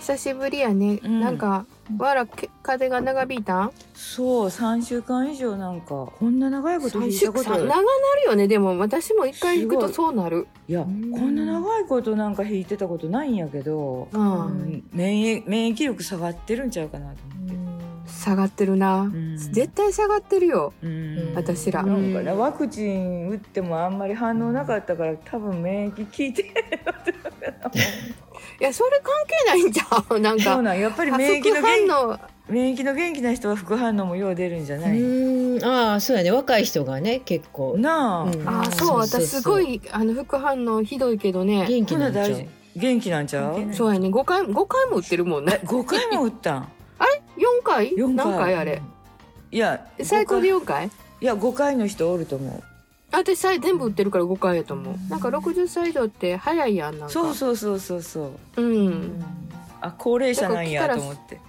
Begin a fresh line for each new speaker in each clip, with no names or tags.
久しぶりやね、
うん
なんかわらけ風が長引いたん
そう3週間以上なんかこんな長いこと弾いたこと
さ長なるよねでも私も一回行くとそうなる
いやこ
う
ん
ん
な長いことなんか弾いてたことないんやけど、
う
うんん免疫免疫力下がってるんちゃうかなと思って。
下がってるな、
ん
絶対下がってるよ
うん
私ら
なんかね
うん
ワクチン打ってもあんまり反応なかったから多分免疫効いて
いやそれ関係ないんじゃ うなん
そ
か
うなんやっぱり
あ
免疫
副
の元
反応
免疫の元気な人は副反応もよう出るんじゃない、
うんああそうやね若い人がね結構
なあ、
うん
あー
そ
そうう
そうそう
私すごいあの副反応ひどいけどね
元気
ほ
にな
な
っ
大
ちゃう
事元気なんちゃう
元気
そうやね5回5回も打ってるもんね
え5回も打ったん
4回
四回
何回あれ
いや
え最高で4回
いや5回の人おると思
あ私さ全部打ってるから5回やと思うなんか60歳以上って早いやんなん
う
か
そうそうそうそうそ
う
う
うん
あ高齢者なんや
なん
と
か
思って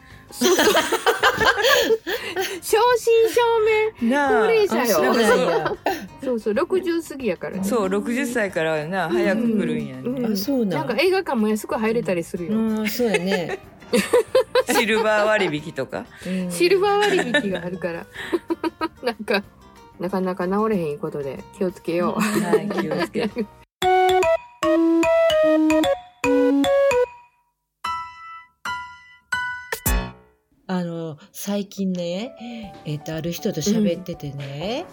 正真正銘
なあ
高齢者
あ
よ
そうなんや
そうそう60過ぎやからね
そう60歳からはな早く来るんやね、
うん
あそうな
なんんか映画館も安く入れたりするよ、
うんそう やね、
シルバー割引とか
うん
シルバー割引があるから なんかなかなか治れへんことで気をつけよう、
はい気をつけ て
あの最近ね、えっとある人と喋っててね、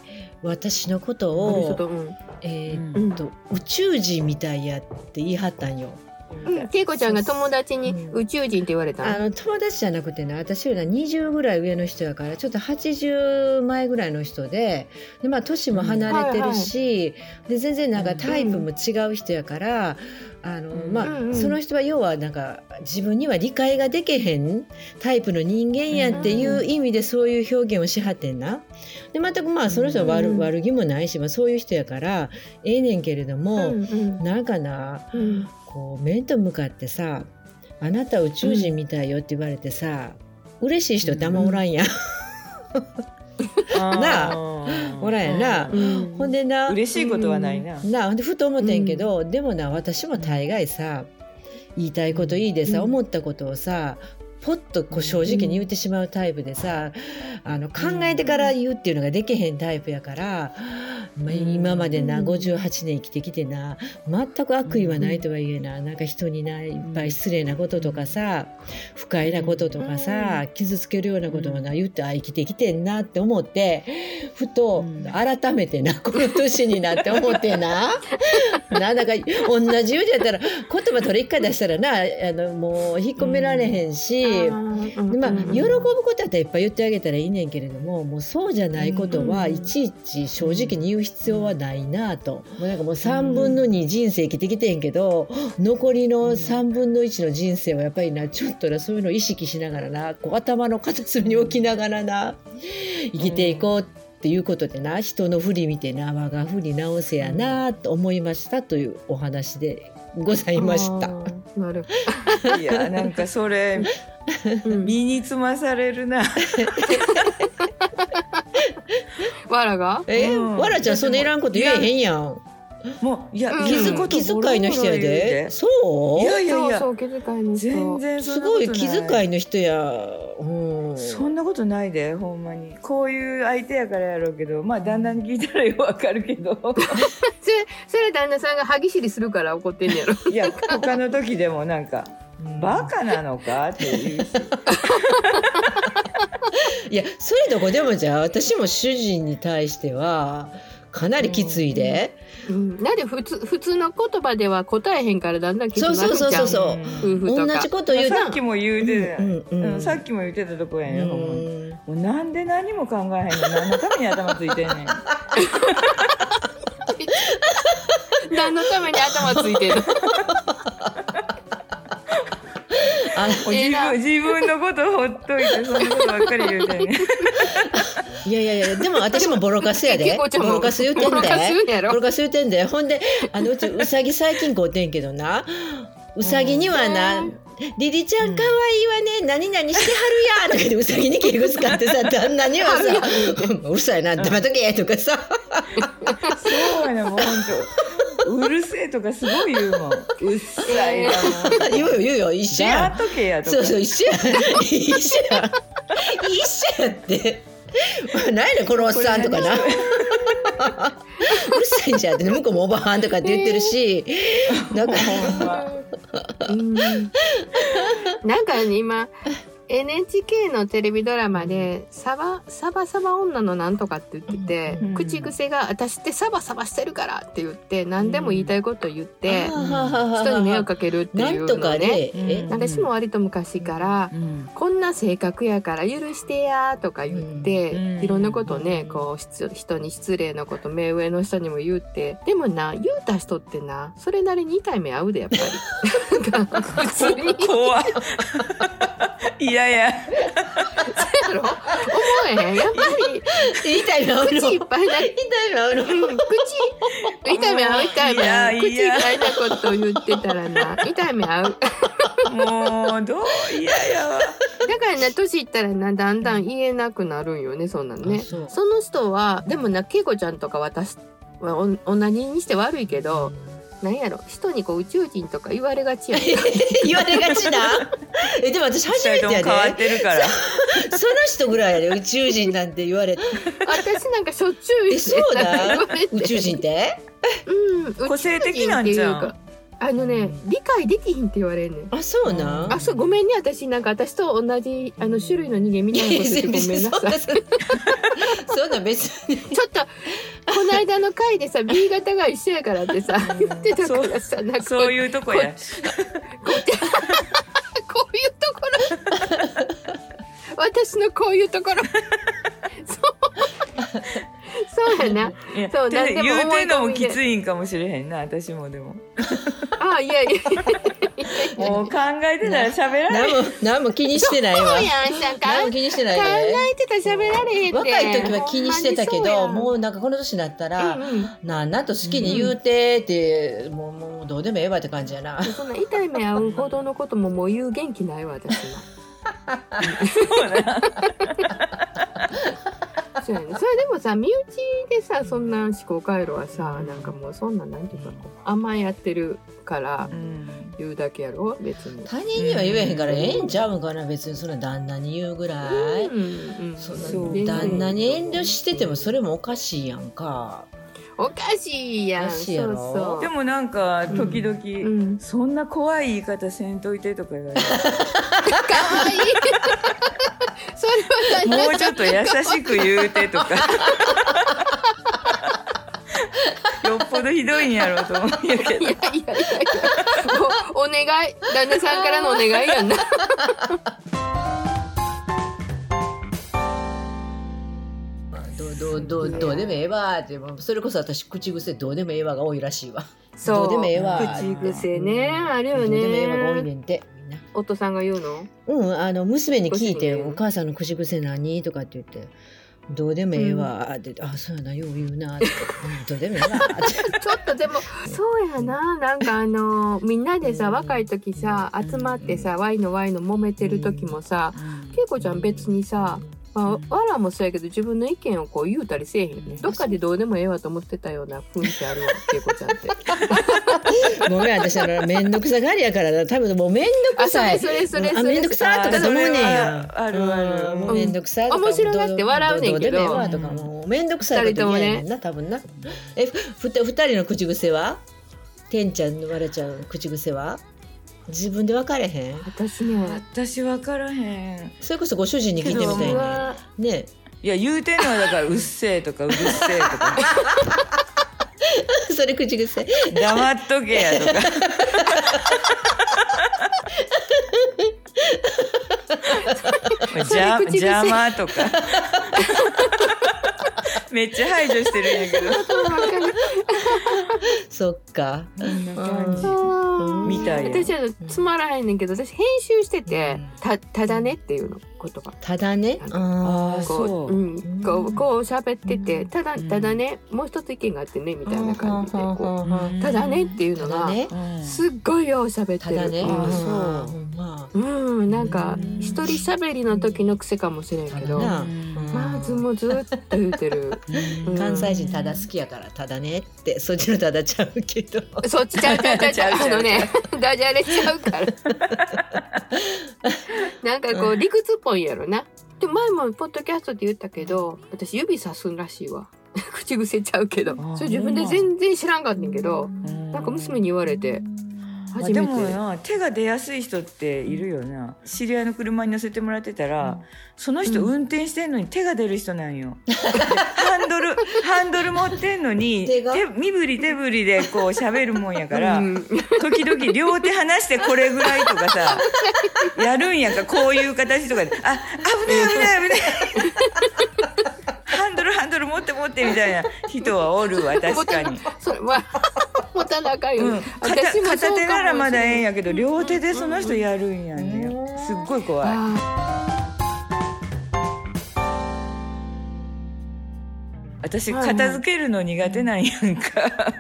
私のこと
あの人
を
とうん
えーっと、宇宙人みたいやって言い張ったんよ。
うん、けいこちゃんが友達に
うん
宇宙人って言われた
あ
の
の友達じゃなくてね私よりな20ぐらい上の人やからちょっと80前ぐらいの人でで、まあ、年も離れてるし、で全然なんかタイプも違う人やから、あの
うん
まあ
うんうん
その人は要はなんか自分には理解ができへんタイプの人間やっていう意味でそういう表現をしはってんな。で全くまあその人は悪,、
うん
悪気もないし、まあ、そういう人やからええねんけれども、
うんうん
なんかな
うん
こう面と向かってさ「あなた宇宙人みたいよ」って言われてさ、嬉しい人ってあんまおらんや、なあおらんやな、
うん
ほんでな
嬉しいことはないな、
なほんでふと思ってんけど、でもな私も大概さ言いたいこといいでさ、
うん
思ったことをさポッとこう正直に言ってしまうタイプでさ、あの考えてから言うっていうのができへんタイプやから、
う
まあ
ん
今までな
うん
58年生きてきてな全く悪意はないとは言えななんか人にないっぱい失礼なこととかさ不快なこととかさ傷つけるようなこともな言ってあ生きてきてんなって思ってふと
うん
改めてなこの年になって思ってな なんだか同じようでやったら言葉取り一回出したらなあのもう引っ込められへんし。でまあ、喜ぶことだったらいっぱい言ってあげたらいいねんけれどももうそうじゃないことは
うん
いちいち正直に言う必要はないなと、もうなんかもう3分の2人生生きてきてんけど残りの3分の1の人生はやっぱりなちょっとなそういうのを意識しながらなこう頭の片隅に置きながらな生きていこうっていうことでな人の振り見てな我が振り直せやなと思いましたというお話でございまし
あ
た。
ーなる
いやなんかそれ
うん
身につまされるな
わらが
え
うん
わらちゃんそんないらんこと言えへんやん。
もういや、
うん
気
言
づ
うこと
気遣いの人や
ボロボロ言
で。
う
そう
いやいやいや
そうそう気遣いの人
全然そ
す
んな
ご
こと
い
ない
気遣いの人や。うん。
そんなことないでほんまにこういう相手やからやろうけどまあ旦那に聞いたらよくわかるけ ど
それそれ旦那さんが歯ぎしりするから怒ってんねやろ
いや他の時でもなんか「バカなのか?」っていうし
いや、それどこでもじゃあ、私も主人に対しては、かなりきついで。
うんなんで普通普通の言葉では答えへんからだんだんきつくなるんじゃん
そうそうそう
夫婦と
同
か
じこと言う
さ
な
っき。も言うてた、
うんう
うん
ん。
さっきも言ってたとこや
う
ね、ほんまに
ん。
もうなんで何も考えへんの何のために頭つい てんねん
何のために頭つい てる
あ
もう自分自分のことほっといてそんなことばっかり言うてん ねん
いやいやいや、でも私もボロカスや
結
で。
構ちゃん
ボ
も
ロカス言うてんで。
ボロカス言うんやろ
ボロカス言うてんで。ほ んで、あのうちうさぎ最近こうてんけどな。うさぎにはな、
うん
リリちゃんかわいいわね、何々してはるやんとか言ってうさぎに敬語使っ てさ、旦那にはさ、うるさいな、黙っとけとかさ、
そうやねんもうほんとうるせえとかすごい言うもん。うっさいなもん。
言うよ言うよ一緒や
ダ
ん
ート系やとか。
そうそう一緒や一緒や一緒やって何やこのおっさんとかなうる さいんじゃんって向こうもおばはんとかって言ってるし、なんか
ほんま。
うんなんかね今 NHK のテレビドラマで「サバサバサバ女のなんとか」って言ってて、
うん
口癖が「私ってサバサバしてるから」って言って何でも言いたいこと言って、人
人
に迷惑かけるって
ないん
う
と
の
か
をね
ね、
うん
え
私も割と昔から「
うん
こんな性格やから許してや」とか言って、
うん
いろんなことをね
うん
こう失人に失礼なこと目上の人にも言ってでもな言うた人ってなそれなりに痛い目合うでやっ ぱり。なんか普通に
怖っ いやいや
やろ思えへんやっぱ り
痛い目合うの
口いっ
痛
ぱいな
いう合うの
うん口痛い目合う痛い目合う
いや
口
いや
がいなことを言ってたらな痛い目合う
もうどういやいやわ
だからな年いったらなだんだん言えなくなるんよねそんなんね
あそう
その人はでもな恵子ちゃんとか私はお同じにして悪いけどなんやろ人にこう宇宙人とか言われがちやん
言われがちなえでも私初
二
め
人
て
とも
や
変わっ
で
てるから
その人ぐらいやで宇宙人なんて言われて
私なんかしょっちゅう
えそうだ
なんか言われて
宇宙人って
うん
個性的なんじゃ
宇宙人
ん
っていうかあのね理解できひんって言われんねん
あそうなん
あ、そう、ごめんね、私、なんか、私と同じ、あの、種類の人間みたいなこと言ってご めんなさい。
そんなそんな別に
ちょっと、この間の回でさ、B 型が一緒やからってさ、言ってたからさ、なんか、
そう
こ
いうとこや
ういうところ。私のこういうところ。そう。そうやな。
いや
そうなんでも
言うてんの
思
も
い込みで
きついんかもしれへんな私もでも
あ、いやいやいやいやいや。
もう考えてたら喋られ
何
へん
も何も気にしてないわ
そうやん、なんか、
何
考
も気にしてないで
えてたら喋られへんって。
若い時は気にしてたけども
う、
うなんかこの年になったら、
うんうん。
なんなんと好きに言うてって、もうもうどうでもええわって感じやな
そんな痛い目合うほどのことももう言う元気ないわ私は。
そうな
そうやね、それでもさ身内でさそんな思考回路はさなんかもうそんななんていうかこう甘えやってるから
うん
言うだけやろ別に。
他人には言えへんからええんちゃうんかな別にそんな旦那に言うぐらい、
うんうん、
そ
そ
ん
う
な旦那に遠慮しててもそれもおかしいやんか
おかしいや
お
ん
かしいやろ
そう
で
そう。
もなんか時
う
々
ん、
そんな怖い言い方せんといてとか言われる
かわい いそれは旦那
もうちょっと優しく言うてとか よっぽどひどいんやろうと思うんやけ
いやいやい
ど
やいやもうお願い旦那さんからのお願いやんな。
どうどうどうどうでもええわってもうそれこそ私口癖どうでもええわが多いらしいわ
そう
どうでもええわ
口癖ねあるよね。
どうでもええわが多いねんてみんな
お父さんが言うの
うんあの娘に聞いて「
ご主人
お母さんの口癖何?」とかって言って「どうでもええわ」って「あそうやなよう言うな」って「どうでもええわ」 って
ちょっとでもそうやななんかあのみんなで
う
さ
ん
若い時さ集まってさワイのワイの揉めてる時もさ恵子ちゃん別にさ、まあ、わらもそうやけど自分の意見をこう言うたりせえへんよねどっかでどうでもええわと思ってたような雰囲気あるわ恵子ちゃんって
ごめん私あの面倒くさがりやからな多分もう面
あ
倒く
そ
さ
れ
い
そ。れそれ
あ
そ
面
れ
倒くさーとかと思うねんや
あるある
うんもう面倒くさーとか
面白がって笑うねんけど
うでもええわとかもう面倒くさいこと嫌やねんな多分なえふた二人の口癖はてんちゃんのわらちゃんの口癖は自分で分かれへん
私ね
私分からへん
それこそご主人に聞いてみた
け
い
ど
な
はい
ね
いや言うてんのはだから「うっせえ」とか「うるせえ」と か
えそれ口癖
「黙っとけや」と か「
それ
邪
口癖
邪魔」とかめっちゃ排除してるんやけど
わかる
そっか
こんな感じ
あうん
みたいや
私はつまらへんねんけど私編集してて「たただね」っていうの言葉
ただね
あ
あ
あ
ー
こ
そう
う、うん、こ
う
うんこう喋ってて、
うん
ただただねもう一つ意見があってねみたいな感じで
うん
こ
うん
う「ただね」っていう
た
の
だ
が
ね
すっごいよう喋って
た
る
だね
う
あ
ん
ーそ
うんほんま
うん、なんか
うん
一人喋りの時の癖かもしれんけど
ただな
まあずもうずっと言うてるうん
関西人ただ好きやからただねってそっちのただちゃうけど
そっちちゃうちゃうちゃうちゃう
ちゃうちゃう
あのね ダジャレちゃう からなんかこう理屈っぽいやろなで前もポッドキャストで言ったけど私指さすんらしいわ 口癖ちゃうけど
あ
それ自分で全然知らんかったんけどなんか娘に言われて初めて
まあでもな手が出やすい人っているよな知り合いの車に乗せてもらってたら、その人
うん
運転してんのに手が出る人なんよでハンドルハンドル持ってんのに
手
手
が
身振り手振りでこう喋るもんやから、
うん
時々両手離してこれぐらいとかさやるんやんかこういう形とかであ危ない危ない危 ないハンドルハンドル持って持ってみたいな人はおるわ確かに。
それは 持たなあかんよ、
うん、片
私もそうかもしれ
片
ん
手ならまだええんやけど両手でその人やるんやね、すっごい怖い。
あ
私
はいはい
片付けるの苦手なんやんか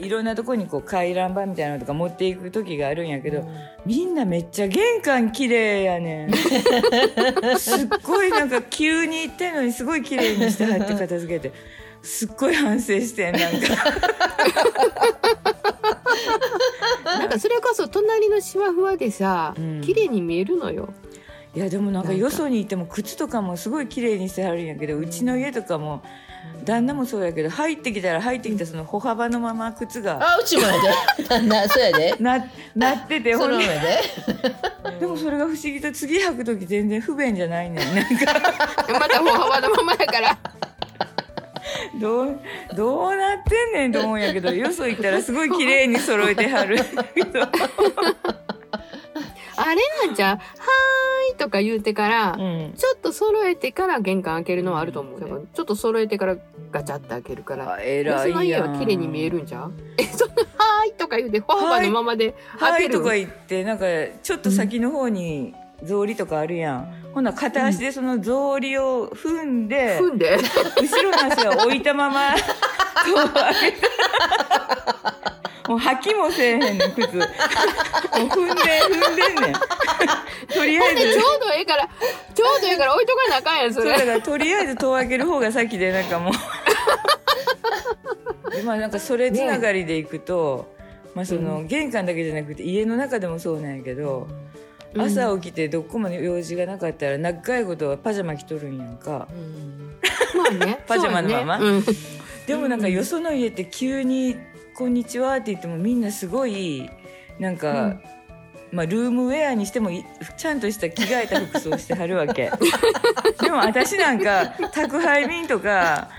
いろんなとこにこう回覧板みたいなのとか持っていく時があるんやけど、みんなめっちゃ玄関綺麗やねんすっごいなんか急に行ってんのにすごい綺麗にしてはって片付けてすっごい反省してんなんか
ーなんかそれこそ隣のシワふわでさ、
うん
綺麗に見えるのよ
いやでもなんかよそに行っても靴とかもすごい綺麗にしてはるんやけどうちの家とかも旦那もそうやけど入ってきたら入ってきたその歩幅のまま靴が
あうちもやで だんだんそうやで
ななってて
そ
ほん
の
で
上で
でもそれが不思議と次履く時全然不便じゃないねんなんか
まだ歩幅のままやから
どうどうなってんねんと思うんやけどよそ行ったらすごい綺麗に揃えてはる
あれなんじゃうはーいとか言うてから、
うん
ちょっと揃えてから玄関開けるのはあると思うけど、ちょっと揃えてからガチャって開けるから。
あ偉
その
い
家
や
は
ん
綺麗に見えるんじゃん。え、そんなはーいとか言うて、ほばのままで
は
開
い
ける
と。か言ってなんかちょっと先の方に草履とかあるやんほな片足でその草履を踏んで、
踏んで。
後ろの足は置いたままこう上げたもう履きもせえへんねん靴もう踏んで踏んでんねんとりあえ
でち
ず
ょうどええから、ちょうどええから置いとかなあかんやん、そ
そうだ
れ。
からとりあえず戸を開ける方が先でなんかもうでまあなんかそれつながりでいくと、まあその玄関だけじゃなくて家の中でもそうなんやけど、朝起きてどこも用事がなかったら長いことはパジャマ着とるんやんか
まあね。
パジャマのまま
そうやね
でもなんかよその家って急に「こんにちは」って言ってもみんなすごいなんか、
うん
まあ、ルームウェアにしてもいちゃんとした着替えた服装してはるわ けでも私なんか宅配便とか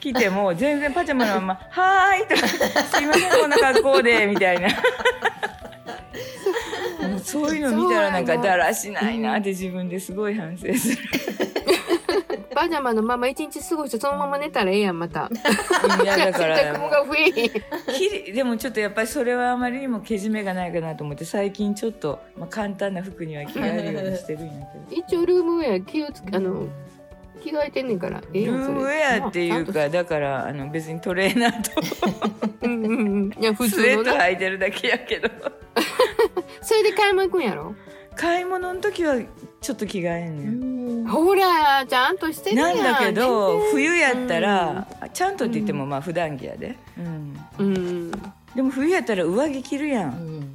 来ても全然パジャマのま ま「はーい」とか「すいませんこんな格好で」み たいな。もうそういうの見たらなんかだらしないなって自分ですごい反省する。
うんパジャマのまま一日過ごして、そのまま寝たらええやん、また。
いやだから
洗濯物が増えへん。
きれでもちょっとやっぱりそれはあまりにもけじめがないかなと思って最近ちょっと、まあ、簡単な服には着替えるようにしてるんやけど
一応ルームウェア気をつけ、あの、着替えてんねんから。ええ
ル
やん
ー
それ
ムウェアっていう
まあち
かだからあの別にトレーナーと
ゃんとうんうんうん。いや、普
スウェ
通の
ット
な。
履いてるだけやけど
それで買い物行くんやろ
買い物の時はちょっと着替えんねん。
ほらちゃんとしてるや
なんんだけど
全
冬やったら、ちゃんとって言ってもまあ普段着やで、うん
然うん
でも冬やったら上着着るやん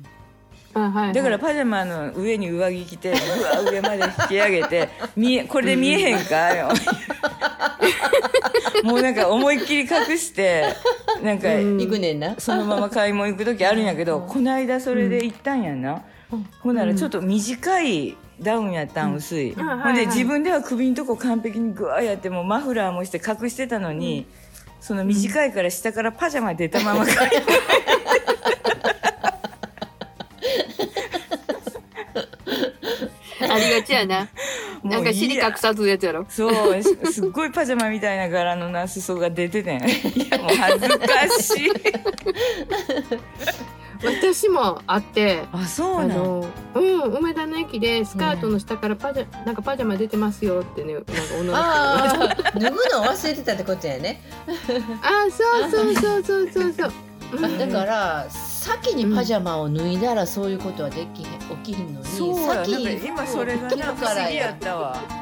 あはいはい
だからパジャマの上に上着着てうわ上まで引き上げて見えこれで見えへん かよもうなんか思いっきり隠してなんか
うん
行くねんな
そのまま買い物行く時あるんやけどこないだそれで行ったんやな、ほんならちょっと短いダウンやったん薄い、
ん
ほん
は
で
いはい
自分では首のとこ完璧にグワーやってもうマフラーもして隠してたのに、その短いから下からパジャマ出たまま買い物
ありがちや な
もう
なんか尻
いいや
隠さずやつやろ
そう、すすっごいパジャマみたいな柄のな裾が出ててん。いや、もう恥ずかしい。
私もあって
あそう
あ
なの
のうん梅田の駅でスカートの下からパジャ、なんかパジャマ出てますよってねなんか女の人が
ああ脱ぐの忘れてたってことやね、
あそうそうそうそうそうそう、うん
だから先にパジャマを脱いだらそういうことはできへん起きひんのに
そうやなん
先
か
に
今それが
着
な
る
不
から
思議や
や
ったわ